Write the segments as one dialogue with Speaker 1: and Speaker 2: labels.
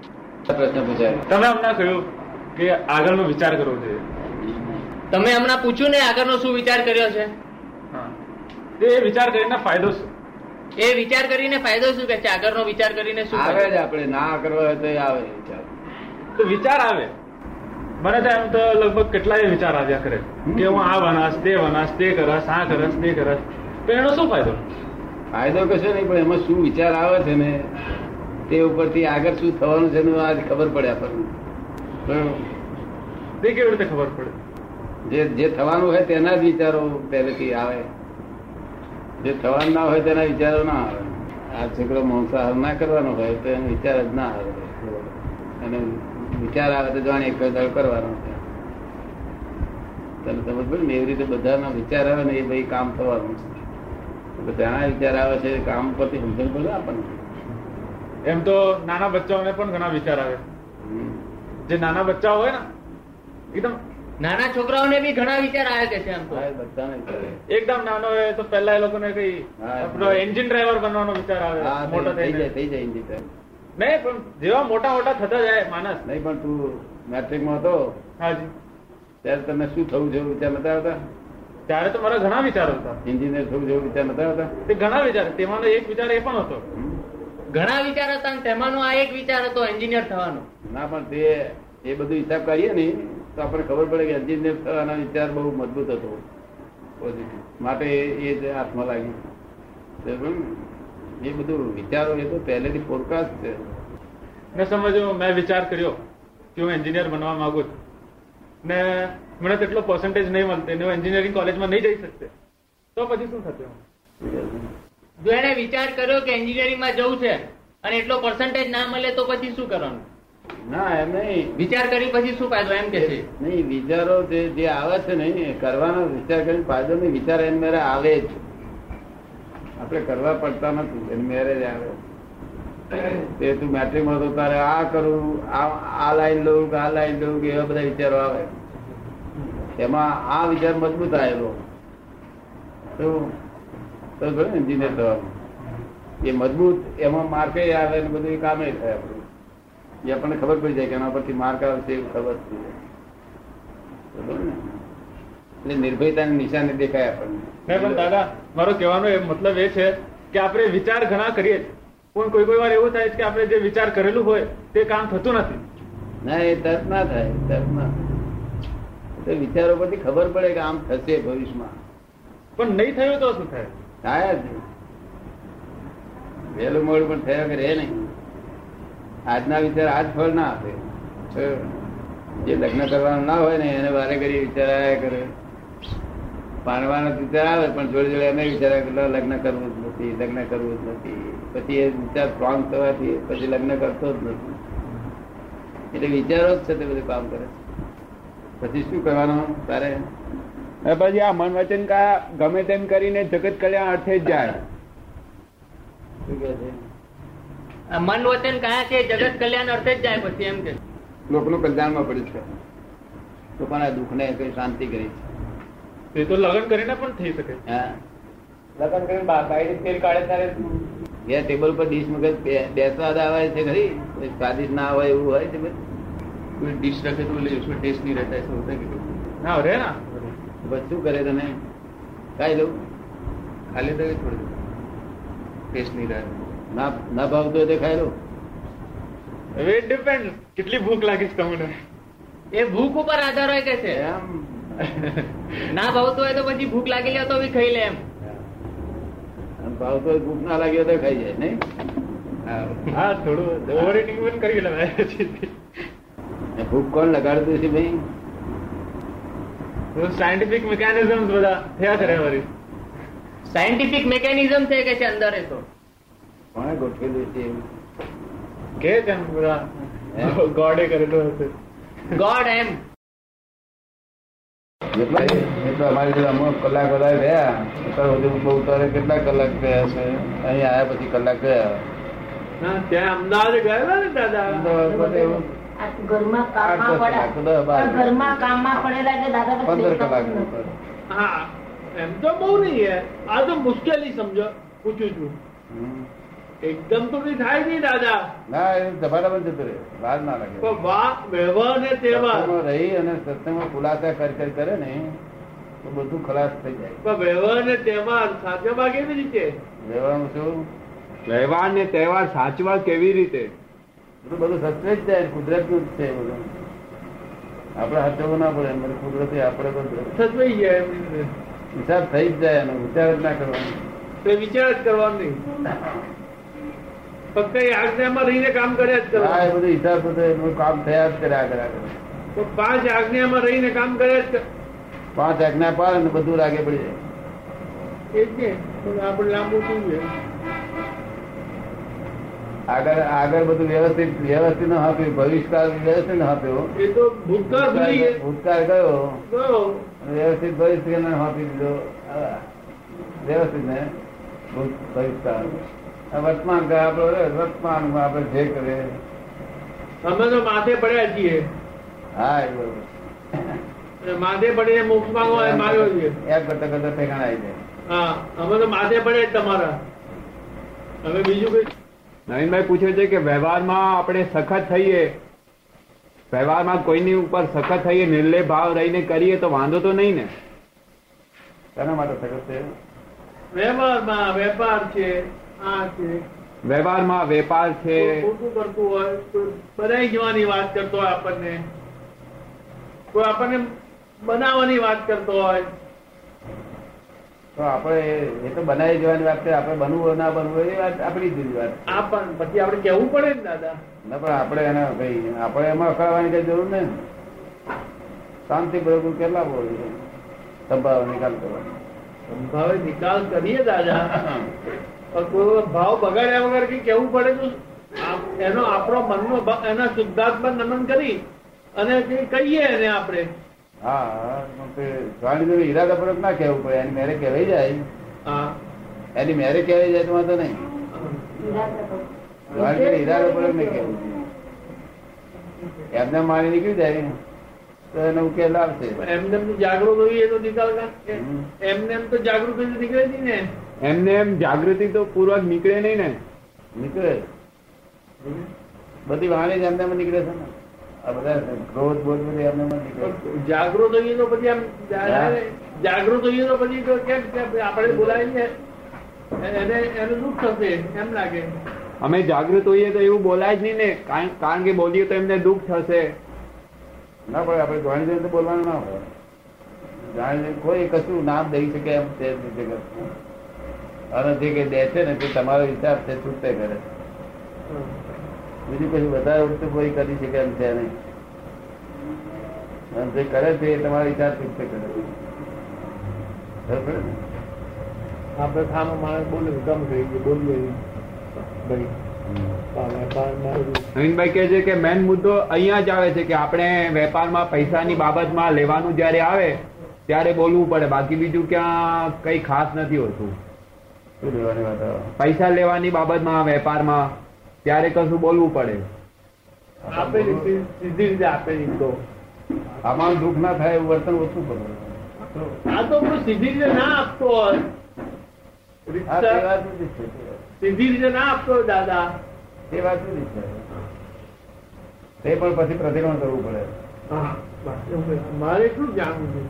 Speaker 1: પ્રશ્ન પૂછાય
Speaker 2: તમે હમણાં કહ્યું કે આગળનો વિચાર કરવો જોઈએ
Speaker 3: તમે હમણાં પૂછ્યું ને આગળનો શું વિચાર કર્યો છે
Speaker 2: હા. તો એ વિચાર કરીને ફાયદો શું
Speaker 3: એ વિચાર કરીને ફાયદો શું કે છે આગળનો વિચાર કરીને શું
Speaker 1: આવે
Speaker 3: ફાયદો?
Speaker 1: જ આપણે ના કરવા હોય તો આવે વિચાર
Speaker 2: તો વિચાર આવે મને તો એમ તો લગભગ કેટલાય વિચાર આવ્યા કરે કે હું આ બનાસ તે બનાસ તે કરસ આ કરસ તે કરસ તો એનો શું ફાયદો
Speaker 1: ફાયદો કશો નહીં પણ એમાં શું વિચાર આવે છે ને તે ઉપરથી આગળ શું થવાનું છે એનું આજ ખબર પડે આપણને બરાબર?
Speaker 2: તે કેવી રીતે ખબર પડે
Speaker 1: જે જે થવાનું હોય તેના જ વિચારો પહેલેથી આવે જે થવાનું ના હોય તેના વિચારો ના આવે આ છોકરો માંસાહાર ના કરવાનો હોય તો એનો વિચાર જ ના આવે અને વિચાર આવે તો જાણે એક દાડો કરવાનો છે તને સમજ પડી ને એવી રીતે બધાના વિચાર આવે ને એ ભાઈ કામ થવાનું છે બધાના વિચાર આવે છે એ કામ પરથી સમજણ પડે આપણને
Speaker 2: એમ તો નાના બચ્ચાઓને પણ ઘણા વિચાર આવે
Speaker 1: હમ.
Speaker 2: જે નાના બચ્ચાઓ હોય ને એકદમ
Speaker 3: નાના છોકરાઓને બી ઘણા વિચાર આવે કે છે આમ તો
Speaker 1: હા, એ બધાને વિચાર આવે.
Speaker 2: એકદમ નાનો હોય તો પહેલા એ લોકોને કઈ
Speaker 1: હા.
Speaker 2: આપણો એન્જિન ડ્રાઈવર બનવાનો વિચાર
Speaker 1: હા,
Speaker 2: આવે મોટો
Speaker 1: થઈ
Speaker 2: થઈને
Speaker 1: જાય થઈ જાય એની રીતે.
Speaker 2: નહીં પણ જેવા મોટા મોટા થતા જાય માણસ
Speaker 1: નહીં પણ તું મેટ્રિકમાં હતો
Speaker 2: હાજી
Speaker 1: ત્યારે તને શું થવું જેવું વિચાર નતા આવતા
Speaker 2: ત્યારે તો મારા ઘણા વિચારો હતા
Speaker 1: એન્જિનિયર થવું જેવું વિચાર નતા આવતા
Speaker 2: તે ઘણા વિચાર તેમાંનો એક વિચાર એ પણ હતો
Speaker 1: હમ?
Speaker 3: ઘણા વિચાર હતા અને તેમાંનો આ એક વિચાર હતો એન્જિનિયર થવાનો
Speaker 1: ના પણ તે એ બધું હિસાબ કરીએ ને તો આપણને ખબર પડે કે એન્જિનિયર થવાનો વિચાર બહુ મજબૂત હતો પોઝિટિવ માટે એ- એ જ હાથમાં લાગી બરાબર ને? એ બધું વિચારો એ તો પહેલેથી ફોરકાસ્ટ છે
Speaker 2: મેં સમજ્યું મેં વિચાર કર્યો કે હું એન્જિનિયર બનવા માંગુ છું ને મને તેટલો પર્સન્ટેજ નહીં મળતો ને હું એન્જિનિયરિંગ કોલેજમાં નહીં જઈ શકતે તો પછી શું થતું
Speaker 3: જો એને વિચાર કર્યો કે એન્જિનિયરિંગમાં જવું છે અને એટલો પર્સન્ટેજ ના મળે તો પછી શું કરવાનું
Speaker 1: ના એમ નહીં
Speaker 3: વિચાર કરી પછી શું ફાયદો એમ કે છે
Speaker 1: નહીં વિચારો જે જે આવે છે ને એ કરવાનો વિચાર કરીને ફાયદો નહીં વિચાર એમ મેરે આવે જ આપણે કરવા પડતા નથી એમ મેરે જ આવે તે તું મેટ્રિકમાં તો તારે આ કરું આ આ લાઈન લઉં કે આ લાઈન લઉં કે એવા બધા વિચારો આવે એમાં આ વિચાર મજબૂત આવેલો તો એન્જિનિયર થવાનું એ મજબૂત એમાં માર્કે આવે ને બધું એ કામે થાય આપણું એ આપણને ખબર પડી જાય કે એના પરથી માર્ક આવશે એવું ખબર પડી જાય બરોબર ને? એટલે નિર્ભયતાની નિશાની દેખાય
Speaker 2: નહીં પણ
Speaker 1: આપણને
Speaker 2: દાદા મારો કહેવાનો એ મતલબ એ છે કે આપણે વિચાર ઘણા કરીએ છીએ પણ કોઈ કોઈ વાર એવું થાય છે કે આપણે જે વિચાર કરેલું હોય તે કામ થતું નથી
Speaker 1: ના એ તરત ના થાય તરત ના થાય. તો વિચારો પરથી ખબર પડે કે આમ થશે ભવિષ્યમાં
Speaker 2: પણ નહીં થયું તો શું થાય
Speaker 1: થાય જ વહેલું મોડું પણ થયા કે રહે નહીં આજના વિચાર આજ ફળ ના આપે તો જે લગ્ન કરવાનું ના હોય ને એને વારે ઘડી વિચાર આવ્યા કરે પાણવાનો જ વિચાર આવે પણ જોડે જોડે એને વિચાર આવે કે લા, લગ્ન કરવું જ નથી લગ્ન કરવું જ નથી પછી એ વિચાર સ્ટ્રોંગ થવાથી પછી લગ્ન કરતો જ નથી એટલે વિચારો જ છે તે બધું કામ કરે છે. પછી શું કરવાનું તારે
Speaker 4: અને પછી આ મન વચન કા ગમે તેમ કરીને જગત કલ્યાણ અર્થે જ જાય
Speaker 1: શું કહે છે
Speaker 3: આ મન વચન કયા છે જગત કલ્યાણ અર્થે જ જાય પછી એમ કે છે.
Speaker 1: લોકોનું કલ્યાણમાં પડ્યું છે લોકોના દુઃખને કઈ શાંતિ કરી
Speaker 2: તે તો લગ્ન કરીને પણ થઈ શકે
Speaker 1: છે હા બે ટેબલ પર ડીશ મગજ બે- બેસવા જ આવે છે ખરી કોઈ સ્વાદિષ્ટ ના હોય એવું હોય છે કોઈ ડીશ રખે તો उसमें ટેસ્ટ નહીં રહેતા છે होता
Speaker 2: ના રે ના
Speaker 1: બસ શું કરે તમે ખાઈ લઉં ખા લેતા કે છોડી ટેસ્ટ નહીં રહે ના ના ભાવતું હોય તો ખાઈ લઉં
Speaker 2: હવે ડિપેન્ડ કેટલી ભૂખ લાગે છે તમને
Speaker 3: એ ભૂખ ઉપર આધાર હોય કે છે
Speaker 1: એમ
Speaker 3: ના ભાવતું હોય તો પછી ભૂખ લાગેલી હોય તો બી ખાઈ લે એમ
Speaker 1: અને ભાવતું હોય ભૂખ ના લાગ્યો તો ખાઈ જાય નહીં
Speaker 2: હા થોડું ઓવર ઇટિંગ પણ કરી લેવાય
Speaker 1: ને ભૂખ કોણ લગાડતું છે ભાઈ
Speaker 2: સાયન્ટિફિક મિકેનિઝમ્સ બધા થયા કરે વળી
Speaker 3: સાયન્ટિફિક મેકેનિઝમ છે કે છે અંદર એ તો
Speaker 1: કોણે ગોઠવેલું છે એવું
Speaker 2: કે તેમ બધા ગોડે કરેલું હશે
Speaker 3: ગોડ એમ
Speaker 1: જેટલા એટલા અમારી જોડે અમુક કલાક વધારે રહ્યા અત્યાર સુધી બહુ તારે કેટલા કલાક થયા છે અહીં આવ્યા પછી કલાક ગયા
Speaker 2: ના ત્યાં અમદાવાદ ગયેલા ને
Speaker 1: અમદાવાદ માટે
Speaker 2: દાદા
Speaker 1: એવું
Speaker 5: આ ઘરમાં કામમાં
Speaker 1: આઠ દસ કલાક,
Speaker 5: પડ્યા
Speaker 1: દસ બાર
Speaker 5: પણ ઘરમાં કામમાં પડેલા એટલે દાદા તો
Speaker 1: પંદર
Speaker 5: ચેતા
Speaker 1: કલાક
Speaker 5: જ નથી.
Speaker 2: હા એમ તો બહુ નહીં યાર આ તો મુશ્કેલી સમજો પૂછું છું
Speaker 1: હમ.
Speaker 2: એકદમ તો બી થાય નહીં દાદા
Speaker 1: ના એ ધબાડામાં જતું રહે વાર ના લાગે
Speaker 2: પણ વાહ વ્યવહાર ને તહેવાર
Speaker 1: સત્સંગમાં રહી અને સત્સંગમાં ખુલાસા કર કર કરે ને તો બધું ખલાસ થઈ જાય
Speaker 2: પણ વ્યવહાર ને તહેવાર સાચવવા કેવી રીતે
Speaker 1: વ્યવહારમાં શું
Speaker 6: વ્યવહાર ને તહેવાર સાચવા કેવી રીતે
Speaker 1: બધું બધું સચવે જ જાય કુદરતનું જ છે એ બધું આપણે હાથવું ના પડે એમ બધું કુદરતી આપણે બધું
Speaker 2: સચવાઈ ગયા એમની અંદર.
Speaker 1: હિસાબ થઈ જ જાય એનો વિચાર જ ના કરવાનો
Speaker 2: તો વિચાર જ કરવાનો નહીં ફક્ત એ આજ્ઞામાં રહીને કામ કર્યા જ
Speaker 1: હા એ
Speaker 2: કરવાનું
Speaker 1: બધું હિસાબ બધું એનું કામ થયા જ કરે આગળ આગળ
Speaker 2: તો પાંચ આજ્ઞામાં રહીને કામ કર્યા જ કર-
Speaker 1: પાંચ આજ્ઞા પાડે ને બધું લાગે પડી જાય
Speaker 2: એ જ ને તો આપણે લાંબુ શું છે?
Speaker 1: આગળ આગળ બધું વ્યવસ્થિત વ્યવસ્થિત ન આપ્યું ભવિષ્યકાળ વ્યવસ્થિત ન આપ્યો
Speaker 2: એ તો ભૂતકાળ ભૂલી ગયા.
Speaker 1: ભૂતકાળ ગયો
Speaker 2: ગયો.
Speaker 1: અને વ્યવસ્થિત ભવિષ્ય ન આપી દીધો આ વ્યવસ્થિત ને ભૂત ભવિષ્યકાળ આ વર્તમાન કાળ આપણો રહ્યો, વર્તમાનમાં આપણે જે કરે
Speaker 2: અમે તો માથે પડ્યા છીએ
Speaker 1: હા એ બરોબર
Speaker 2: અને માથે પડીને મોક્ષ માંગો એ માર્યો છે
Speaker 1: એક કરતા કરતા ઠેકાણા આવી જાય
Speaker 2: હા અમે તો માથે પડ્યા જ તમારા હવે બીજું કઈ
Speaker 6: નવીનભાઈ પૂછે છે કે વ્યવહારમાં આપણે સખત થઈએ વ્યવહારમાં કોઈની ઉપર સખત થઈએ નિર્લય ભાવ રહીને કરીએ તો વાંધો તો નહીં ને
Speaker 1: શાના માટે સખત છે
Speaker 2: વ્યવહારમાં વેપાર છે આ છે
Speaker 6: વ્યવહારમાં વેપાર છે
Speaker 2: કોઈ ખોટું કરતું હોય તો બધાય જવાની વાત કરતો હોય આપણને કોઈ આપણને બનાવવાની વાત કરતો હોય
Speaker 1: તો આપણે એ- એ તો બનાવી દેવાની વાત છે આપણે બનવું હોય ના બનવું હોય એ વાત આપણી જ વાત છે.
Speaker 2: આપણ પછી આપણે કહેવું પડે ને દાદા
Speaker 1: ના પણ આપણે એના ભાઈ આપણે એમાં અકળાવાની કઈ જરૂર નહીં ને. શાંતિપૂર્વક કેટલા બોલીએ સંભાવ નિકાલ કરવાનો
Speaker 2: સંભાવે નિકાલ કરીએ દાદા પણ કોઈ ભાવ બગાડ્યા વગર કઈ કહેવું પડે તો આપ- એનો આપણો મનનો ભા- એના શુદ્ધાત્મા નમન કરી અને જે કહીએ એને આપણે
Speaker 1: હા પણ તે સ્વામી ઈરાદાપૂર્વક ના કહેવું પડે એની મેરે કહેવાય જાય
Speaker 2: હા
Speaker 1: એની મેરે કહેવાય જાય તો વાંધો નહીં સ્વામી ઈરાદાપૂર્વક નહીં કહેવું જોઈએ. એમને મારી નીકળી જાય તો એનો ઉકેલ આવશે
Speaker 2: એમને એમ તો જાગૃત હોઈએ તો નિકાલ ના-
Speaker 1: હમ.
Speaker 2: એમને એમ તો જાગૃત હોઈએ તો નીકળે નહીં ને
Speaker 6: એમને એમ જાગૃતિ તો પૂર્વક નીકળે નહીં ને
Speaker 1: નીકળે બધી વાણી જ એમને એમ નીકળે છે ને આ બધા ક્રોધ બોધ બધી એમને એમ જ નીકળે છે.
Speaker 2: જાગૃત હોઈએ તો પછી આમ
Speaker 1: હા.
Speaker 2: જાગૃત હોઈએ તો પછી તો કેમ કે આપણે બોલાવીને એને એનું દુઃખ થશે એમ લાગે
Speaker 6: અમે જાગૃત હોઈએ તો એવું બોલાય જ નહીં ને કારણ કારણ કે બોલીએ તો એમને દુઃખ થશે
Speaker 1: ના પડે આપણે જાણી જોઈને તો બોલવાનું ના હોય જાણી જોઈને કોઈ કશું નામ દઈ શકે એમ છે જ નહીં જગત અને જે કઈ દે છે ને તે તમારો હિસાબ છે છૂટતે કરે બીજું કશું વધારે ઉડતું કોઈ કરી શકે એમ છે નહીં અને જે કરે છે એ તમારો હિસાબ છૂટતે કરે ખબર પડે ને?
Speaker 2: આપણે સામે માણસ બોલે ગમ થઈ ગયું બોલીએ ભાઈ
Speaker 6: નવીનભાઈ કહે છે કે મેન મુદ્દો અહીંયા જ આવે છે કે આપણે વેપારમાં પૈસાની બાબતમાં લેવાનું જ્યારે આવે ત્યારે બોલવું પડે બાકી બીજું ક્યાં કંઈ ખાસ નથી હોતું
Speaker 1: શું લેવાની વાત આવે?
Speaker 6: પૈસા લેવાની બાબતમાં વેપારમાં ત્યારે કશું બોલવું પડે
Speaker 2: આપે રીતે સીધી રીતે આપે તો
Speaker 1: આમાં દુઃખ ના થાય એવું વર્તન ઓછું કરવું
Speaker 2: આ તો પેલું સીધી રીતે ના આપતો હોય
Speaker 1: આ તે
Speaker 2: રીતસર
Speaker 1: વાત જુદી જ છે
Speaker 2: સીધી રીતે ના આપતો હોય દાદા
Speaker 1: તે વાત જુદી જ છે તે પણ પછી પ્રતિક્રમણ કરવું પડે
Speaker 2: હા, બાકી હું કઈ- મારે શું જાણવું છે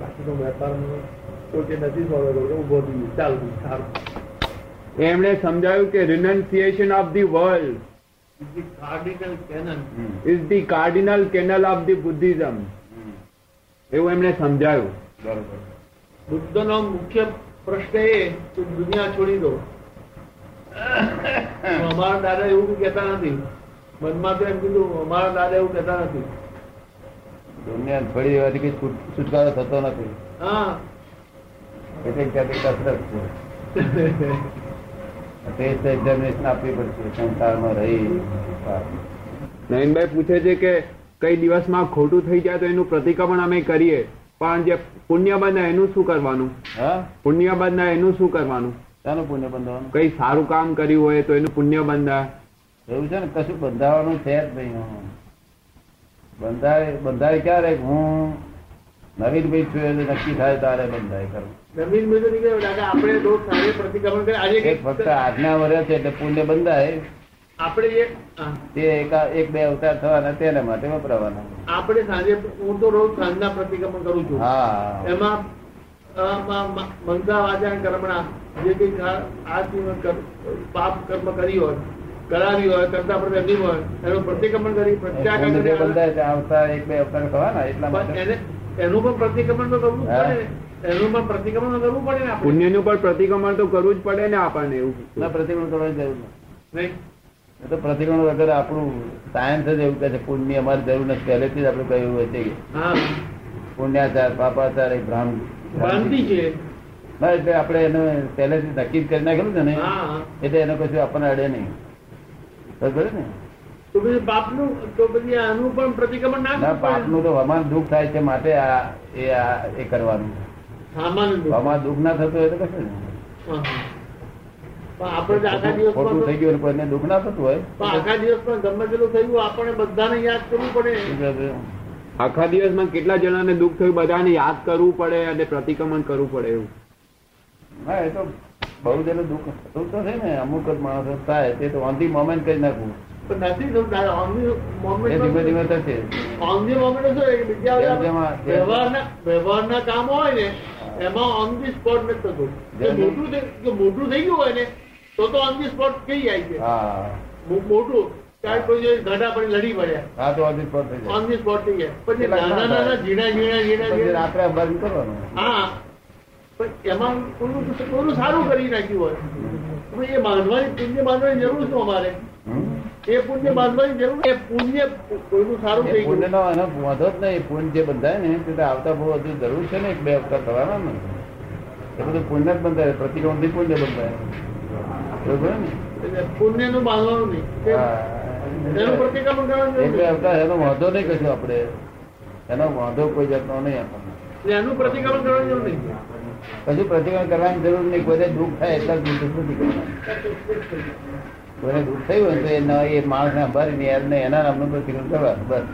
Speaker 2: બાકી તો વેપારમાં કોઈ કે નથી સોડો તો ઉભો થઈ ગયો. ચાલુ સારું
Speaker 6: એમણે સમજાયું કે renunciation of the world
Speaker 2: Is the cardinal canon.
Speaker 6: Is the cardinal canon of the Buddhism એવું એમણે સમજાયું
Speaker 1: બરોબર
Speaker 2: બુદ્ધનો મુખ્ય પ્રશ્ન એ કે દુનિયા છોડી દો પણ અમારા દાદા એવું કહેતા નથી મનમાં તો એમ કીધું અમારા દાદા એવું કહેતા નથી
Speaker 1: દુનિયા થોડી એવાથી કઈ છુટ- છુટકારો થતો નથી
Speaker 2: હા
Speaker 1: એટલે એક જાતની કસરત છે ટેસ્ટ એક્ઝામિનેશન આપવી પડશે સંસારમાં રહી
Speaker 6: નયનભાઈ પૂછે છે કે કઈ દિવસમાં ખોટું થઈ જાય તો એનું પ્રતિક્રમણ અમે કરીએ પણ જે પુણ્ય બને એનું શું કરવાનું
Speaker 1: હા
Speaker 6: પુણ્ય બંધાય એનું શું કરવાનું
Speaker 1: શાનું પુણ્ય બંધાવાનું
Speaker 6: કઈ સારું કામ કર્યું હોય તો એનું પુણ્ય બંધાય
Speaker 1: એવું છે ને કશું બંધાવાનું છે જ નહીં આમાં. બંધાય બંધાય ક્યારે હું નવીન ભાઈ છું એટલે નક્કી થાય તારે બંધાય ખરું
Speaker 2: નવીન મિત્ર નીકળ્યો દાદા આપણે રોજ સાંજે પ્રતિક્રમણ કરે આજે
Speaker 1: એ ફક્ત આજ્ઞા વર્ષ છે એટલે પુણ્ય બંધાય
Speaker 2: આપણે જે હા,
Speaker 1: તે એકા- એક બે અવતાર થવાના તેના માટે વપરાવાના
Speaker 2: આપણે સાંજે હું તો રોજ સાંજના પ્રતિક્રમણ કરું છું
Speaker 1: હા
Speaker 2: એમાં અ, મ- મ- મંગા વાચા અને કર્મણા જે કઈ આ જીવન કર- પાપ કર્મ કરી હોય કરાવી હોય કરતા પર કરી હોય એનું પ્રતિક્રમણ કરી પ્રત્યાઘાત
Speaker 1: પુણ્ય જે
Speaker 2: કરી
Speaker 1: બંધાય છે આ અવતાર એક બે અવતાર થવાના એટલા
Speaker 2: પણ
Speaker 1: માટે
Speaker 2: એને એનું પણ પ્રતિક્રમણ તો કરવું જ
Speaker 1: હા.
Speaker 2: પડે ને. એનું પણ પ્રતિક્રમણ તો કરવું પડે ને આપણે
Speaker 6: પુણ્યનું પણ પ્રતિક્રમણ તો કરવું જ પડે ને આપણને એવું
Speaker 1: ના પ્રતિક્રમણ કરવાની જરૂર નથી
Speaker 2: નહીં
Speaker 1: એ તો પ્રતિક્રમણ વગર આપણું સાયન્સ જ એવું કહે છે પુણ્ય અમારે જરૂર નથી પહેલેથી જ આપણે કહ્યું હોય છે કે
Speaker 2: હા
Speaker 1: પુણ્યાચાર પાપાચાર એ ભ્રાંત
Speaker 2: ભ્રાંતિ છે
Speaker 1: ના એટલે આપણે એને પહેલેથી નક્કી જ કરી નાખેલું છે ને
Speaker 2: હા
Speaker 1: એટલે એનો કશું આપણને અડે નહીં બરાબર ને
Speaker 2: તો પછી પાપનું તો પછી આનું પણ પ્રતિક્રમણ ના
Speaker 1: ના
Speaker 2: કરવું પડે
Speaker 1: પાપનું તો હમણાં દુઃખ થાય છે માટે આ એ આ એ કરવાનું
Speaker 2: સામાન્ય દુઃખ.
Speaker 1: હમણાં દુઃખ ના થતું હોય તો કશું નહીં.
Speaker 2: હા. પણ આપણે તો આખા
Speaker 1: ખોટું-
Speaker 2: દિવસ
Speaker 1: ખોટું થઈ ગયું હોય કોઈને દુઃખ ના થતું હોય
Speaker 2: પણ આખા દિવસમાં ગમે તેટલું થયું આપણે બધાને યાદ કરવું પડે
Speaker 1: શું કહે છે?
Speaker 6: આખા દિવસમાં કેટલા જણાને દુઃખ થયું બધાને યાદ કરવું પડે અને પ્રતિક્રમણ કરવું પડે એવું
Speaker 1: હા એ તો બહુ જ એનું દુઃખ થતું તો છે ને અમુક જ માણસો થાય તે તો ઓન ધી મોમેન્ટ કરી નાખવું
Speaker 2: પણ નથી થતું. તારે on the moment
Speaker 1: એ ધીમે ધીમે
Speaker 2: માં-
Speaker 1: થશે
Speaker 2: on the moment શું હોય કે બીજા
Speaker 1: જેમ
Speaker 2: બધા
Speaker 1: જેમ આ- જેમ-
Speaker 2: વ્યવહારના વ્યવહારના કામ હોય ને એમાં ઓન ધી સ્પોટ નથી થતું જો
Speaker 1: જેમ-
Speaker 2: મોટું થઈ- જો મોટું થઈ ગયું હોય ને તો તો ઓન ધી સ્પોટ કઈ જાય છે
Speaker 1: હા
Speaker 2: મો- મોટું ત્યારે કોઈ જોડે ગાડા પર લડી પડ્યા
Speaker 1: હા તો ઓન ધી સ્પોટ થઈ જાય
Speaker 2: ઓન ધી સ્પોટ થઈ ગયા પણ જે
Speaker 1: કેટલાક
Speaker 2: નાના
Speaker 1: ના
Speaker 2: નાના
Speaker 1: થાય.
Speaker 2: ઝીણા ઝીણા ઝીણા
Speaker 1: પછી
Speaker 2: ઝીણા
Speaker 1: રાત્રે બંધ કરવાનું
Speaker 2: હા પણ એમાં કોઈનું તો કોઈનું સારું કરી નાખ્યું હોય પણ એ માનવાની પુણ્ય માનવાની જરૂર શું અમારે
Speaker 1: હમ?
Speaker 2: એ પુણ્ય માનવાની જરૂર એ પુણ્ય કોઈનું સારું
Speaker 1: એ
Speaker 2: થઈ ગયું
Speaker 1: પુણ્યનો એનો વાંધો જ નહીં પુણ્ય જે બંધાય ને તે તો આવતા બહુ હજુ જરૂર છે ને એક બે અવતાર થવાના ને એ બધું પુણ્ય જ બંધાય પ્રતિક્રમણથી પુણ્ય બંધાય બરોબર ને
Speaker 2: એટલે પુણ્યનું માનવાનું નહીં
Speaker 1: હા.
Speaker 2: એનું પ્રતિક્રમણ કરવાનું જરૂર
Speaker 1: એક બે
Speaker 2: નહીં.
Speaker 1: અવતાર એનો વાંધો નહીં કશું આપણે એનો વાંધો કોઈ જાતનો નહીં આપણને
Speaker 2: એટલે એનું પ્રતિક્રમણ કરવાની જરૂર નહીં
Speaker 1: કશું પ્રતિક્રમણ કરવાની જરૂર નહીં કોઈને દુઃખ થાય એટલા જ દુઃખ નથી કરવાના કોઈને દુઃખ થયું હોય તો એ ન- એ માણસને સંભાળીને એમને એના નામનું પ્રતિક્રમણ કરવાનું બસ